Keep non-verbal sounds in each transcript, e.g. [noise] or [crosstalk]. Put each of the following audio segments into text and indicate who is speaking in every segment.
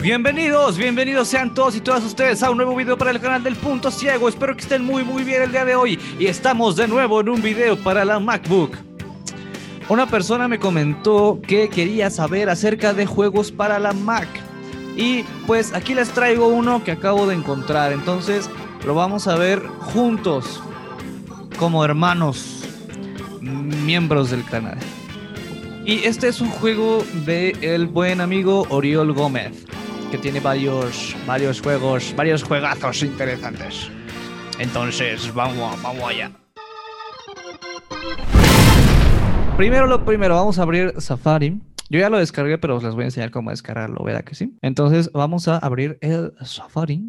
Speaker 1: Bienvenidos, bienvenidos sean todos y todas ustedes a un nuevo video para el canal del Punto Ciego. Espero que estén muy muy bien el día de hoy y estamos de nuevo en un video para la MacBook. Una persona me comentó que quería saber acerca de juegos para la Mac y pues aquí les traigo uno que acabo de encontrar. Entonces lo vamos a ver juntos como hermanos, miembros del canal. Y este es un juego de el buen amigo Oriol Gómez, que tiene varios, varios juegos, varios juegazos interesantes. Entonces, vamos, vamos allá. Primero lo primero, vamos a abrir Safari. Yo ya lo descargué, pero os les voy a enseñar cómo descargarlo, ¿verdad que sí? Entonces, vamos a abrir el Safari.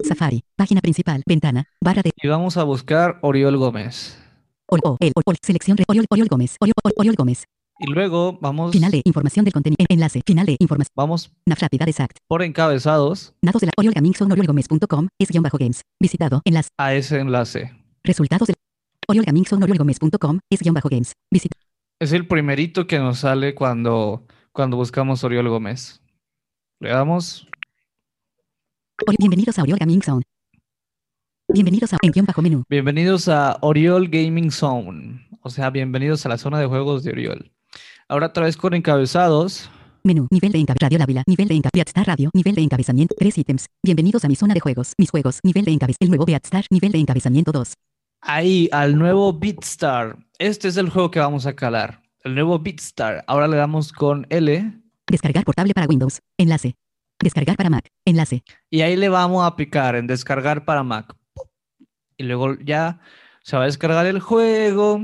Speaker 2: Safari, página principal, ventana, barra de
Speaker 1: Y vamos a buscar Oriol Gómez.
Speaker 2: Ol, o, el, ol, ol, selección re- Oriol, Oriol Gómez, Oriol, Oriol, Oriol Gómez.
Speaker 1: Y luego vamos,
Speaker 2: Final de información del contenido, en- enlace, final de información,
Speaker 1: vamos
Speaker 2: rápida exact,
Speaker 1: por encabezados
Speaker 2: datos de la Oriol Gaming son oriolgomez.com, es guión bajo games, visitado, enlace,
Speaker 1: a ese enlace.
Speaker 2: resultados del Oriol Gaming son oriolgomez.com, es guión bajo games, visita,
Speaker 1: Es el primerito que nos sale cuando, cuando buscamos Oriol Gómez. Le damos.
Speaker 2: Oriol- bienvenidos a Oriol Gaming Zone. Bienvenidos a, en guión bajo menú,
Speaker 1: Bienvenidos a Oriol Gaming Zone. O sea, bienvenidos a la zona de juegos de Oriol. Ahora otra vez con encabezados.
Speaker 2: menú, nivel de encabezado, Radio Ávila, nivel de encabezado, Beatstar Radio, nivel de encabezamiento, tres ítems, bienvenidos a mi zona de juegos, mis juegos, nivel de encabezado, el nuevo Beatstar, nivel de encabezamiento 2.
Speaker 1: Ahí, al nuevo Beatstar. Este es el juego que vamos a calar. El nuevo Beatstar. Ahora le damos con L.
Speaker 2: Descargar portable para Windows. Enlace. Descargar para Mac. Enlace.
Speaker 1: Y ahí le vamos a picar en descargar para Mac. Y luego ya se va a descargar el juego.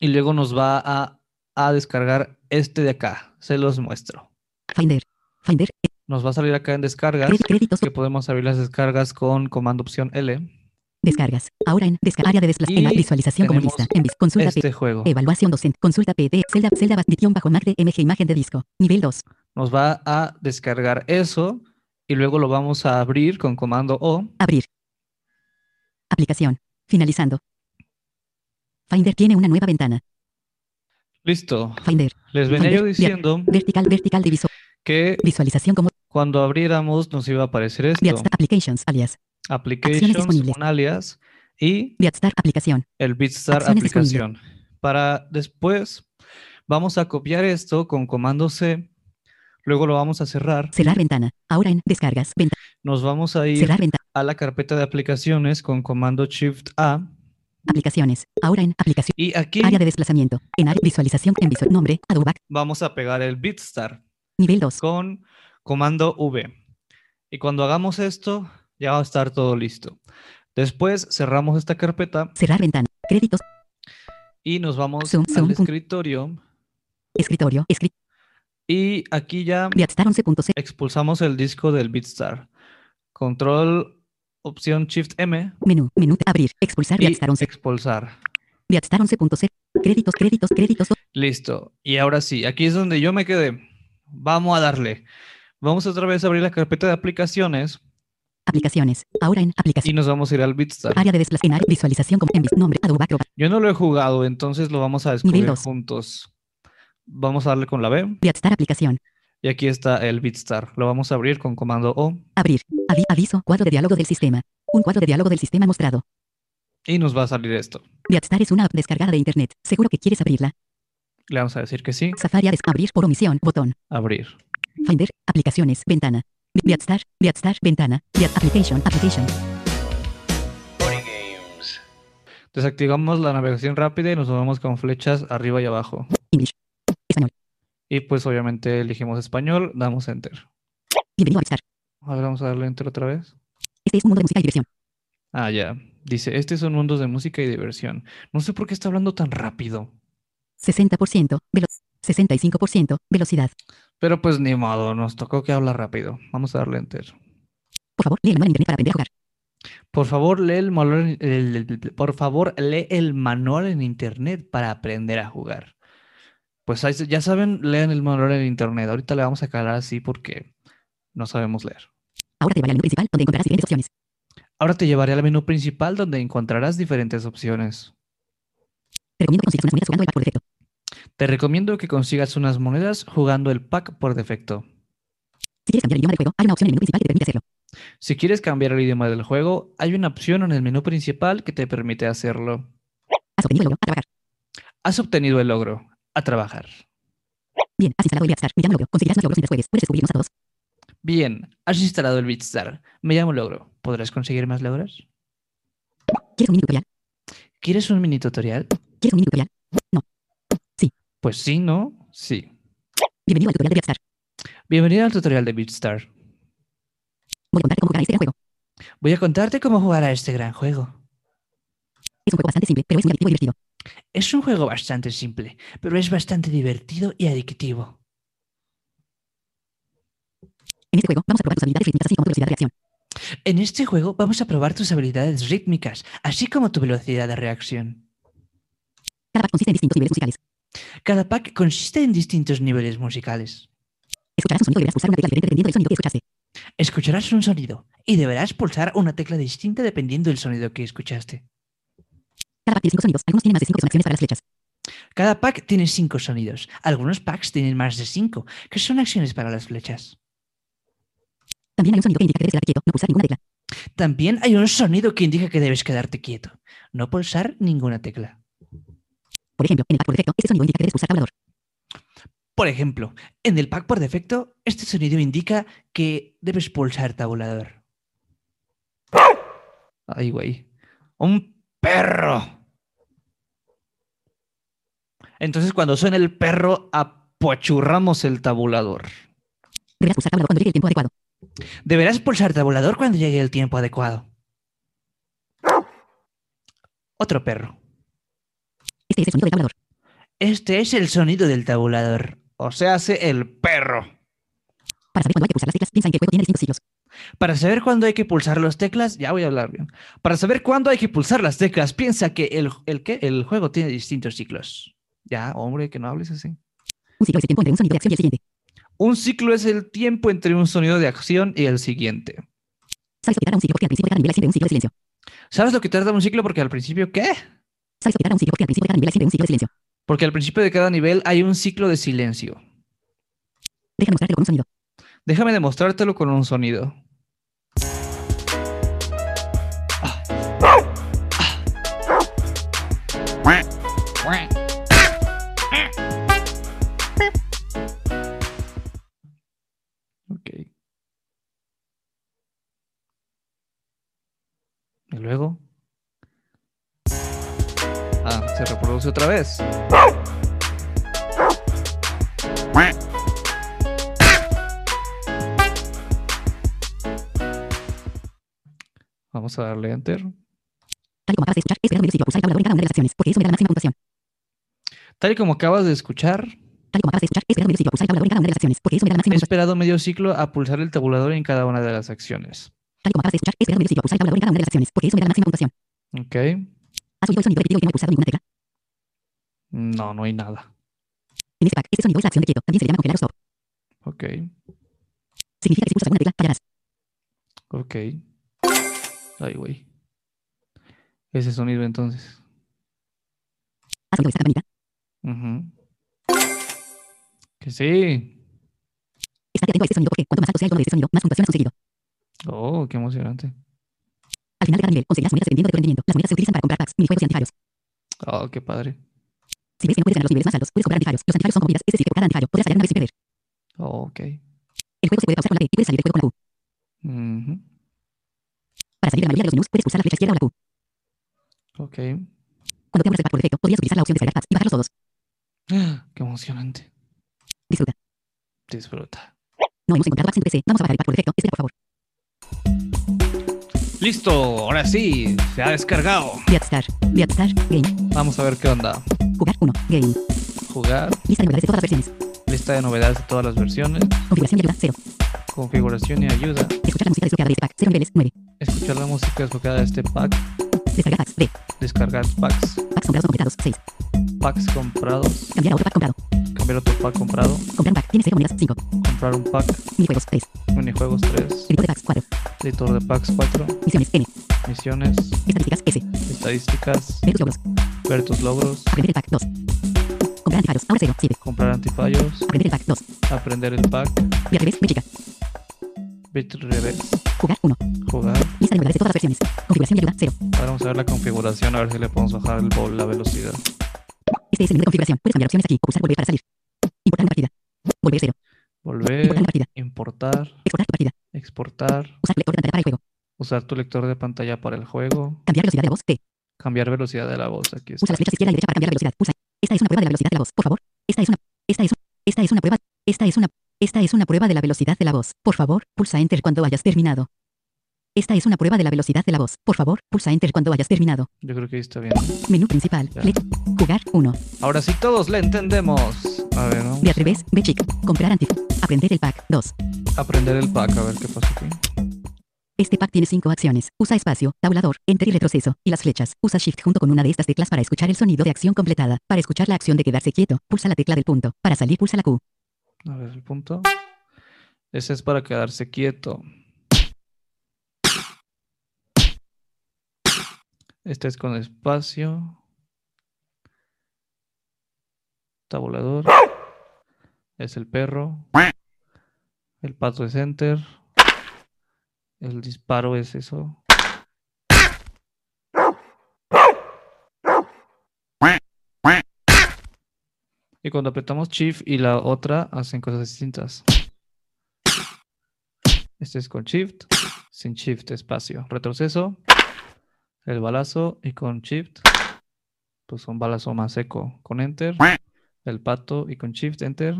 Speaker 1: Y luego nos va a, a descargar este de acá. Se los muestro.
Speaker 2: Finder. Finder.
Speaker 1: Nos va a salir acá en descargas.
Speaker 2: Cred- créditos.
Speaker 1: Que podemos abrir las descargas con comando opción L.
Speaker 2: Descargas. Ahora en descarga. Área de desplazamiento.
Speaker 1: Y
Speaker 2: Visualización como
Speaker 1: tenemos
Speaker 2: lista. En vis- consulta P.
Speaker 1: Este juego.
Speaker 2: Evaluación docente. Consulta PD. Celda. Celda. bas- guión bajo Mac de MG. Imagen de disco. Nivel 2.
Speaker 1: Nos va a descargar eso. Y luego lo vamos a abrir con comando O.
Speaker 2: Abrir. Aplicación. Finalizando. Finder tiene una nueva ventana.
Speaker 1: Listo.
Speaker 2: Finder.
Speaker 1: Les venía
Speaker 2: Vale,
Speaker 1: yo
Speaker 2: ya.
Speaker 1: diciendo
Speaker 2: Vertical. Vertical divisor.
Speaker 1: que
Speaker 2: Visualización como.
Speaker 1: cuando abriéramos nos iba a aparecer esto.
Speaker 2: Beatstar. Applications. Alias.
Speaker 1: Applications,
Speaker 2: disponibles.
Speaker 1: un alias. Y
Speaker 2: Beatstar. Aplicación.
Speaker 1: el Bitstar
Speaker 2: Acciones disponibles.
Speaker 1: aplicación. Para después, vamos a copiar esto con comando C. Luego lo vamos a cerrar.
Speaker 2: Cerrar ventana. Ahora en descargas. Venta.
Speaker 1: Nos vamos a ir
Speaker 2: Cerrar ventana.
Speaker 1: a la carpeta de aplicaciones con comando Shift A.
Speaker 2: Aplicaciones. Ahora en aplicación.
Speaker 1: Y aquí
Speaker 2: Área de desplazamiento. En área visualización en visual. Nombre. Adobe. Back,
Speaker 1: vamos a pegar el Bitstar
Speaker 2: Nivel 2.
Speaker 1: con comando V. Y cuando hagamos esto, ya va a estar todo listo. Después cerramos esta carpeta
Speaker 2: Cerrar ventana. Créditos.
Speaker 1: y nos vamos
Speaker 2: Zoom,
Speaker 1: al
Speaker 2: zoom, punto.
Speaker 1: escritorio.
Speaker 2: Escritorio. Script.
Speaker 1: Y aquí ya
Speaker 2: Beatstar 11.0.
Speaker 1: expulsamos el disco del Beatstar. Control, opción Shift M
Speaker 2: Menú. Menú. Abrir. Expulsar.
Speaker 1: y
Speaker 2: Beatstar 11.
Speaker 1: expulsar.
Speaker 2: Beatstar 11.0. Créditos. Créditos. Créditos. dos,
Speaker 1: Listo. Y ahora sí, aquí es donde yo me quedé. Vamos a darle. Vamos otra vez a abrir la carpeta de aplicaciones
Speaker 2: Aplicaciones. Ahora en
Speaker 1: y
Speaker 2: aplicación.
Speaker 1: nos vamos a ir al Beatstar.
Speaker 2: Área de desplazamiento. En área visualización como en vis- Nombre. Adobe Acrobat.
Speaker 1: Yo no lo he jugado, entonces lo vamos a descubrir
Speaker 2: dos.
Speaker 1: juntos. Vamos a darle con la B
Speaker 2: Beatstar aplicación.
Speaker 1: y aquí está el Beatstar. Lo vamos a abrir con comando O
Speaker 2: Abrir. Avi- aviso. Cuadro de diálogo del sistema. Un cuadro de diálogo del sistema mostrado.
Speaker 1: y nos va a salir esto.
Speaker 2: Beatstar es una app descargada de internet. Seguro que quieres abrirla.
Speaker 1: Le vamos a decir que sí,
Speaker 2: Safari es abrir por omisión. Botón.
Speaker 1: abrir.
Speaker 2: Finder, aplicaciones, ventana. Beatstar, Beatstar, ventana. Beat application, application.
Speaker 1: Desactivamos la navegación rápida y nos movemos con flechas arriba y abajo.
Speaker 2: English. Español.
Speaker 1: Y pues obviamente elegimos español, damos enter.
Speaker 2: Bienvenido a Beatstar.
Speaker 1: A ver, vamos a darle enter otra vez.
Speaker 2: Este es un mundo de música y diversión.
Speaker 1: Ah, ya. Dice, "Este estos son mundos de música y diversión. No sé por qué está hablando tan rápido.
Speaker 2: 60%, velo 65%, velocidad.
Speaker 1: Pero pues ni modo, nos tocó que habla rápido. Vamos a darle enter.
Speaker 2: Por favor, lee el manual en internet para aprender a jugar.
Speaker 1: Por favor, lee el manual, en- el- el- el- por favor, lee el manual en internet para aprender a jugar. Pues ahí se- ya saben, lean el manual en internet. Ahorita le vamos a calar así porque no sabemos leer.
Speaker 2: Ahora te vale al menú principal donde encontrarás siguientes opciones.
Speaker 1: Ahora te llevaré al menú principal donde encontrarás diferentes opciones.
Speaker 2: Te recomiendo que consigas unas monedas jugando el pack por defecto.
Speaker 1: Te recomiendo que consigas unas monedas jugando el pack por defecto.
Speaker 2: Si quieres cambiar el idioma del juego, hay una opción en el menú principal que te permite hacerlo.
Speaker 1: Si quieres cambiar el idioma del juego, hay una opción en el menú principal que te permite hacerlo.
Speaker 2: Has
Speaker 1: Has obtenido
Speaker 2: obtenido el logro. A trabajar.
Speaker 1: el logro. A trabajar.
Speaker 2: Bien, has instalado el Viatstar. Me llamo logro. Conseguirás más logros mientras juegues. Puedes descubrirnos a todos.
Speaker 1: Bien, has instalado el Beatstar. Me llamo Logro. ¿Podrás conseguir más logros?
Speaker 2: ¿Quieres un mini tutorial?
Speaker 1: ¿Quieres un mini tutorial?
Speaker 2: ¿Quieres un mini tutorial?
Speaker 1: Pues sí, ¿no? Sí.
Speaker 2: Bienvenido al tutorial de Viatstar.
Speaker 1: Bienvenido al tutorial de Beatstar.
Speaker 2: Voy a contarte cómo jugar este gran juego.
Speaker 1: Voy a contarte cómo jugar a este gran juego.
Speaker 2: Es un juego bastante simple, pero es muy adictivo y divertido.
Speaker 1: Es un juego bastante simple, pero es bastante divertido y adictivo.
Speaker 2: En este juego vamos a probar tus habilidades rítmicas así como tu velocidad de reacción.
Speaker 1: En este juego vamos a probar tus habilidades rítmicas, así como tu velocidad de reacción.
Speaker 2: Cada pack consiste en distintos niveles musicales.
Speaker 1: Cada pack consiste en distintos niveles musicales.
Speaker 2: Escucharás un sonido y deberás pulsar una tecla diferente dependiendo del sonido que escuchaste.
Speaker 1: Escucharás un sonido y deberás pulsar una tecla distinta dependiendo del sonido que escuchaste.
Speaker 2: Cada pack tiene cinco sonidos, algunos tienen más de cinco que son acciones para las flechas.
Speaker 1: Cada pack tiene cinco sonidos. Algunos packs tienen más de cinco, que son acciones para las flechas.
Speaker 2: También hay un sonido que indica que debes quedarte quieto, no pulsar ninguna tecla.
Speaker 1: También hay un sonido que indica que debes quedarte quieto, no pulsar ninguna tecla.
Speaker 2: Por ejemplo, en el pack por defecto, este sonido indica que debes pulsar tabulador.
Speaker 1: Por ejemplo, en el pack por defecto, este sonido indica que debes pulsar tabulador. Ay, güey. Un perro. Entonces, cuando suena el perro, apochurramos el tabulador.
Speaker 2: Deberás pulsar tabulador cuando llegue el tiempo adecuado.
Speaker 1: Deberás pulsar tabulador cuando llegue el tiempo adecuado. Otro perro.
Speaker 2: Este es el sonido del tabulador.
Speaker 1: Este es el sonido del tabulador. O sea, hace el perro.
Speaker 2: Para saber cuándo hay que pulsar las teclas, piensa en que el juego tiene distintos sitios.
Speaker 1: Para saber cuándo hay que pulsar las teclas, ya voy a hablar bien. Para saber cuándo hay que pulsar las teclas, piensa que el, el, ¿qué? el juego tiene distintos ciclos. Ya, hombre, que no hables así.
Speaker 2: Un ciclo es el tiempo entre un sonido de acción y el siguiente.
Speaker 1: Un ciclo es el tiempo entre un sonido de acción y el siguiente.
Speaker 2: Sabes lo que tarda un ciclo porque al principio de cada nivel hay siempre un
Speaker 1: ¿Sabes lo que tarda un ciclo? Porque
Speaker 2: ciclo de silencio.
Speaker 1: al principio, ¿qué?
Speaker 2: Sabes lo que tarda un ciclo porque al principio de cada nivel hay siempre un ciclo de silencio.
Speaker 1: Porque al principio de cada nivel hay un ciclo de silencio.
Speaker 2: Déjame mostrarte con un sonido.
Speaker 1: Déjame demostrártelo con un sonido. Ok. Y luego. Ah, se reproduce otra vez. Vamos a darle enter.
Speaker 2: Tal y como acabas de escuchar, es crear un ciclo pulsar el tabulador en cada una de las acciones, porque eso me da la máxima puntuación.
Speaker 1: Tal y como acabas de escuchar,
Speaker 2: Tal y como acabas de escuchar, es crear un ciclo pulsar el tabulador en cada una de las acciones, porque eso me da la máxima
Speaker 1: he
Speaker 2: puntuación.
Speaker 1: esperado medio ciclo a pulsar el tabulador en cada una de las acciones.
Speaker 2: Tal y como acabas de escuchar, es crear un ciclo pulsar el tabulador en cada una de las acciones, porque eso me da la máxima puntuación.
Speaker 1: Ok.
Speaker 2: ¿Has oído el sonido repetido y que no he pulsado ninguna tecla?
Speaker 1: No, no hay nada.
Speaker 2: En este pack, este sonido es la acción de quieto, también se le llama congelar o stop.
Speaker 1: Ok.
Speaker 2: Significa que si pulsas alguna tecla, fallarás.
Speaker 1: Ok. Ay, güey. Ese sonido entonces.
Speaker 2: ¿Has oído esa campanita?
Speaker 1: Ujú. Que sí.
Speaker 2: Estate atento a este sonido porque cuanto más alto sea el tono de este sonido, más puntuación has conseguido.
Speaker 1: Oh, qué emocionante.
Speaker 2: Al final de cada nivel, conseguirás monedas dependiendo de tu rendimiento. Las monedas se utilizan para comprar packs, minijuegos y antifaros.
Speaker 1: Oh, qué padre.
Speaker 2: Si ves que no puedes ganar los niveles más altos, puedes comprar antifaros. Los antifaros son comidas, es decir, que por cada antifario podrás fallar una vez sin perder.
Speaker 1: Oh, ok.
Speaker 2: El juego se puede pausar con la T y puedes salir del juego con la Q.
Speaker 1: Ujú.
Speaker 2: Para salir de la mayoría de los menús, puedes pulsar la flecha izquierda o la Q.
Speaker 1: Ok.
Speaker 2: Cuando te abras el pack por defecto, podrías utilizar la opción de descargar packs y bajarlos todos.
Speaker 1: Qué emocionante.
Speaker 2: Disfruta.
Speaker 1: Disfruta.
Speaker 2: No hemos encontrado packs en tu PC. Vamos a bajar el pack por defecto. Espera, por favor.
Speaker 1: Listo, ahora sí, se ha descargado.
Speaker 2: Viatstar. Viatstar. Game.
Speaker 1: Vamos a ver qué onda.
Speaker 2: Jugar 1. Game.
Speaker 1: Jugar,
Speaker 2: Lista de novedades de todas las versiones.
Speaker 1: lista de novedades de todas las versiones,
Speaker 2: Configuración y ayuda. 0.
Speaker 1: configuración y ayuda,
Speaker 2: Escuchar la música desbloqueada de este pack. 0 niveles. 9.
Speaker 1: escuchar la música desbloqueada de este pack,
Speaker 2: Descargar packs. D.
Speaker 1: descargar packs,
Speaker 2: Packs comprados o completados. 6.
Speaker 1: packs comprados,
Speaker 2: Cambiar a otro pack comprado.
Speaker 1: cambiar otro pack comprado,
Speaker 2: Comprar un pack. Tienes 0 monedas. 5.
Speaker 1: comprar un pack,
Speaker 2: Minijuegos. 3.
Speaker 1: minijuegos 3,
Speaker 2: Editor de packs. 4.
Speaker 1: editor de packs 4,
Speaker 2: Misiones. N.
Speaker 1: misiones,
Speaker 2: Estadísticas. S.
Speaker 1: estadísticas,
Speaker 2: Ver tus logros.
Speaker 1: ver tus logros,
Speaker 2: Aprender el pack. 2. Comprar antivirus. Ahora 0. 7.
Speaker 1: Comprar antivirus.
Speaker 2: Aprender el pack. 2.
Speaker 1: Aprender el pack.
Speaker 2: Viajeres. México.
Speaker 1: Bit reverse.
Speaker 2: Jugar. 1.
Speaker 1: Jugar.
Speaker 2: Lista de lugares de todas las versiones. Configuración y ayuda. 0.
Speaker 1: Ahora vamos a ver la configuración, a ver si le podemos bajar el vol- la velocidad.
Speaker 2: Este es el menú de configuración. Puedes cambiar opciones aquí. Pulsar volver para salir. Importar una partida. Volver 0.
Speaker 1: Volver,
Speaker 2: Importar una partida.
Speaker 1: importar,
Speaker 2: Exportar tu partida.
Speaker 1: exportar,
Speaker 2: Usar lector de pantalla para el juego.
Speaker 1: usar tu lector de pantalla para el juego,
Speaker 2: Cambiar velocidad de la voz. T.
Speaker 1: cambiar velocidad de la voz. Aquí está.
Speaker 2: Usa las flechas izquierda y derecha para cambiar la velocidad. Pulsa. Esta es una prueba de la velocidad de la voz. Por favor. Esta es una. Esta es. un- Esta es una prueba. Esta es una. Esta es una prueba de la velocidad de la voz. Por favor, pulsa Enter cuando hayas terminado. Esta es una prueba de la velocidad de la voz. Por favor, pulsa Enter cuando hayas terminado.
Speaker 1: Yo creo que ahí está bien.
Speaker 2: Menú principal.
Speaker 1: Ya.
Speaker 2: Flecha. Jugar 1.
Speaker 1: Ahora sí todos le entendemos. A ver, vamos
Speaker 2: De al revés. B chic. Comprar anti. Aprender el pack 2.
Speaker 1: a aprender el pack, a ver qué pasa aquí.
Speaker 2: Este pack tiene 5 acciones. Usa espacio, tabulador, enter y retroceso, y las flechas. Usa shift junto con una de estas teclas para escuchar el sonido de acción completada. Para escuchar la acción de quedarse quieto, pulsa la tecla del punto. Para salir, pulsa la Q.
Speaker 1: A ver el punto. Ese es para quedarse quieto. Este es con espacio. Tabulador. Es el perro. El pato es enter. El disparo es eso. Y cuando apretamos Shift y la otra hacen cosas distintas. Este es con Shift, sin Shift, espacio, retroceso, el balazo y con Shift, pues un balazo más seco. Con Enter, el pato y con Shift, Enter,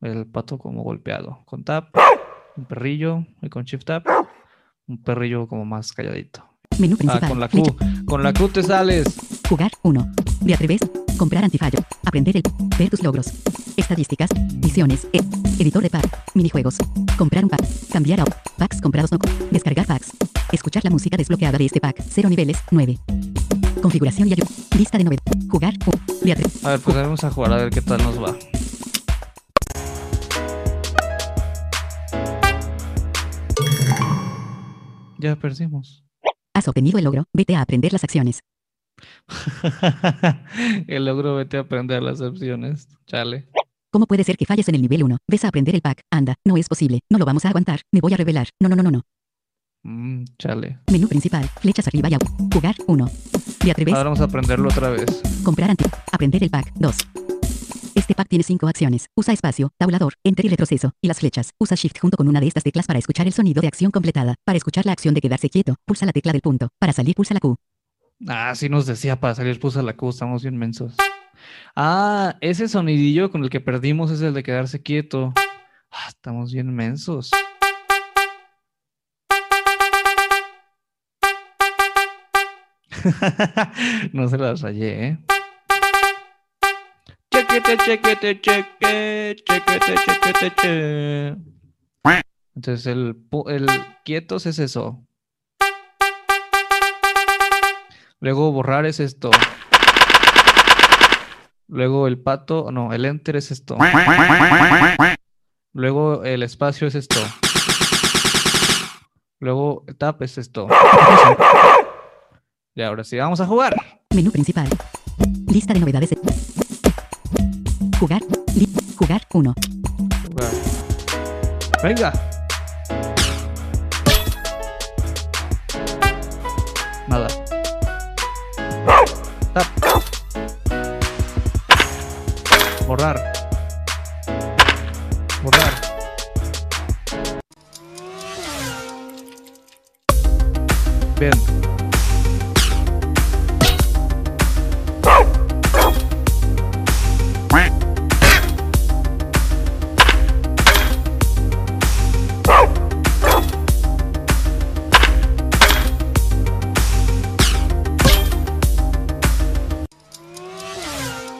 Speaker 1: el pato como golpeado. Con Tap, un perrillo y con Shift Tap, un perrillo como más calladito.
Speaker 2: Menú
Speaker 1: Ah,
Speaker 2: principal.
Speaker 1: con la
Speaker 2: flecha.
Speaker 1: Q, con la Q te sales.
Speaker 2: Jugar 1. De atreves. Comprar antifallo. Aprender el. Ver tus logros. Estadísticas. Misiones. E- Editor de pack. Minijuegos. Comprar un pack. Cambiar a. Packs comprados no. co- Descargar packs. Escuchar la música desbloqueada de este pack. 0 niveles. 9. Configuración y ayuda. Lista de novedades. Jugar. u- De atreves.
Speaker 1: A ver, pues vamos a jugar a ver qué tal nos va. Ya perdimos. [laughs]
Speaker 2: Has obtenido el logro. Vete a aprender las acciones.
Speaker 1: El logro vete a aprender las opciones. Chale.
Speaker 2: ¿Cómo puede ser que falles en el nivel 1? Ves a aprender el pack. Anda. No es posible. No lo vamos a aguantar. Me voy a revelar. No, no, no, no, no.
Speaker 1: Mm, chale.
Speaker 2: Menú principal. Flechas arriba y abajo. Jugar 1. De atreves.
Speaker 1: Ahora vamos a aprenderlo otra vez.
Speaker 2: Comprar anti. Aprender el pack. 2. Este pack tiene 5 acciones. Usa espacio, tabulador, enter y retroceso, y las flechas. Usa shift junto con una de estas teclas para escuchar el sonido de acción completada. Para escuchar la acción de quedarse quieto, pulsa la tecla del punto. Para salir, pulsa la Q.
Speaker 1: Ah, sí nos decía para salir puso la Q, estamos bien mensos. Ah, ese sonidillo con el que perdimos es el de quedarse quieto. Ah, estamos bien mensos. [laughs] No se las rayé, ¿eh? Chequete, chequete, cheque, chequete, chequete, che. Entonces el, pu- el quietos es eso. Luego borrar es esto. Luego el pato, no, el enter es esto. Luego el espacio es esto. Luego el tap es esto. Y ahora sí, vamos a jugar.
Speaker 2: Menú principal. Lista de novedades. Jugar. li- jugar 1.
Speaker 1: Jugar. Venga. Nada. Tap. Borrar. Borrar. Bien.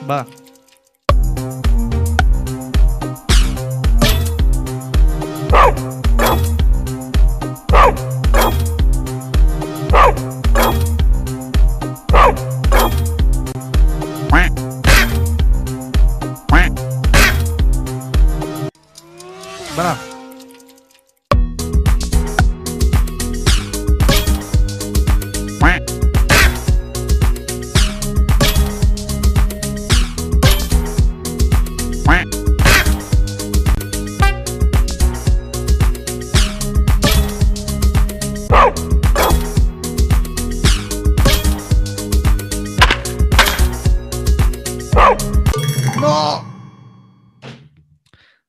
Speaker 1: Va. Va.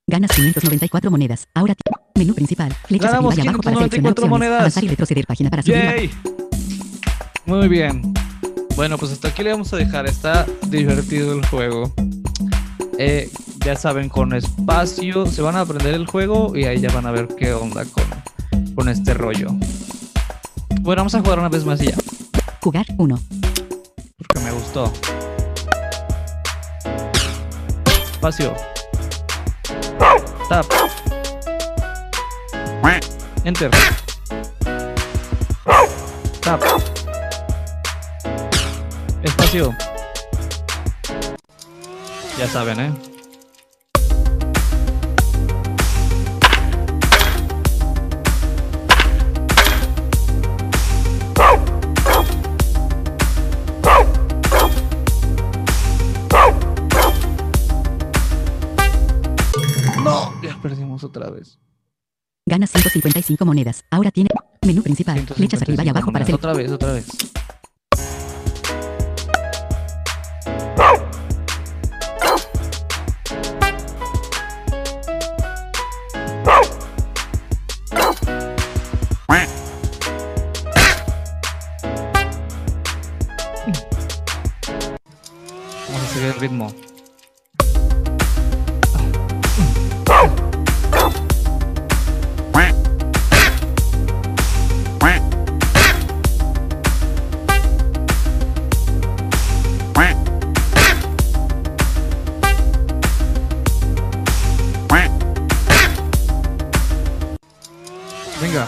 Speaker 2: Ganas 594 monedas. Ahora ti- menú principal. Flecha
Speaker 1: Ganamos
Speaker 2: arriba y abajo para seleccionar
Speaker 1: 594
Speaker 2: opciones.
Speaker 1: monedas.
Speaker 2: Avanzar y retroceder página para subir. la-
Speaker 1: ¡Yay! Muy bien. Bueno, pues hasta aquí le vamos a dejar. Está divertido el juego. Eh, ya saben, con espacio se van a aprender el juego y ahí ya van a ver qué onda con, con este rollo. Bueno, vamos a jugar una vez más y ya,
Speaker 2: Jugar 1.
Speaker 1: porque me gustó. Espacio. Tap. Enter. Tap. Espacio. Ya saben, ¿eh? No, ya perdimos otra vez.
Speaker 2: Ganas 155 monedas. Ahora tiene menú principal. Flechas arriba y
Speaker 1: 155
Speaker 2: abajo para
Speaker 1: monedas.
Speaker 2: seleccionar.
Speaker 1: Otra vez, otra vez. Vamos a seguir el ritmo. Venga.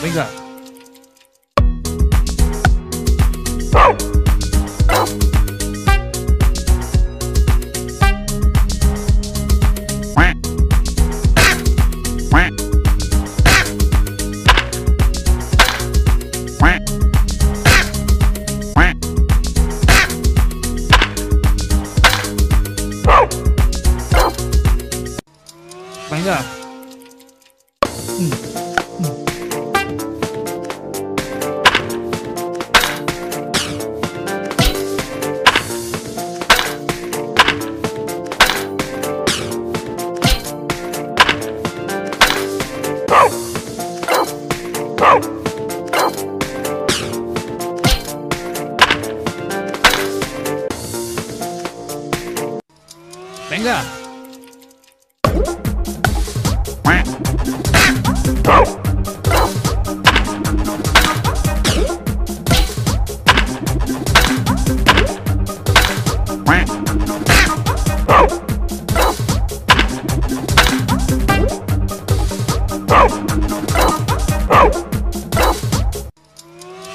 Speaker 1: Venga. Venga. Venga.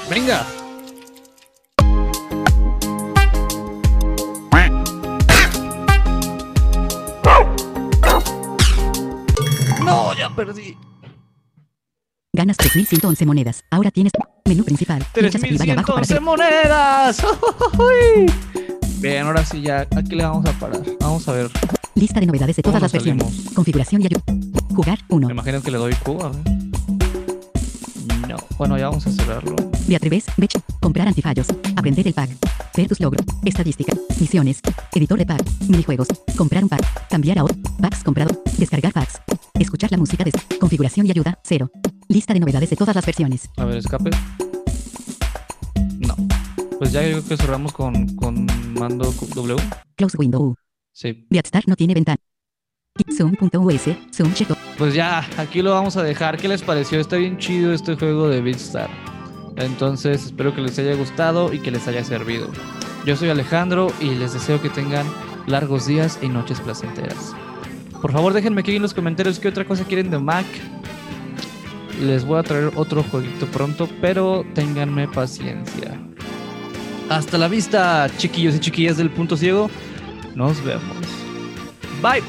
Speaker 1: Venga. No, ya perdí.
Speaker 2: Ganas 3111 monedas. Ahora tienes menú principal. Flechas arriba y abajo para
Speaker 1: 3111
Speaker 2: seleccionar.
Speaker 1: monedas. [laughs] Ujujuy. Bien, ahora sí ya. Aquí le vamos a parar. Vamos a ver.
Speaker 2: Lista de novedades de todas
Speaker 1: ¿Cómo
Speaker 2: las
Speaker 1: nos
Speaker 2: versiones.
Speaker 1: salimos?
Speaker 2: Configuración y ayuda. Jugar
Speaker 1: Me
Speaker 2: 1.
Speaker 1: imagino que le doy Q. A ver. No. Bueno, ya vamos a cerrarlo.
Speaker 2: De atreves, Bech. Comprar antifallos. Aprender el pack. Ver tus logros. Estadística. Misiones. Editor de pack. Minijuegos. Comprar un pack. Cambiar a otro. Packs comprado. Descargar packs. Escuchar la música de configuración y ayuda. 0. Lista de novedades de todas las versiones.
Speaker 1: A ver, escape. No. Pues ya yo creo que cerramos con, con mando Q- W.
Speaker 2: Close window U.
Speaker 1: Sí.
Speaker 2: The Adstar no tiene ventana. Zoom.us. Zoom check.
Speaker 1: Pues ya, aquí lo vamos a dejar. ¿Qué les pareció? Está bien chido este juego de Beatstar. Entonces, espero que les haya gustado y que les haya servido. Yo soy Alejandro y les deseo que tengan largos días y noches placenteras. Por favor, déjenme aquí en los comentarios qué otra cosa quieren de Mac. Les voy a traer otro jueguito pronto, pero ténganme paciencia. Hasta la vista, chiquillos y chiquillas del punto ciego. Nos vemos. Bye.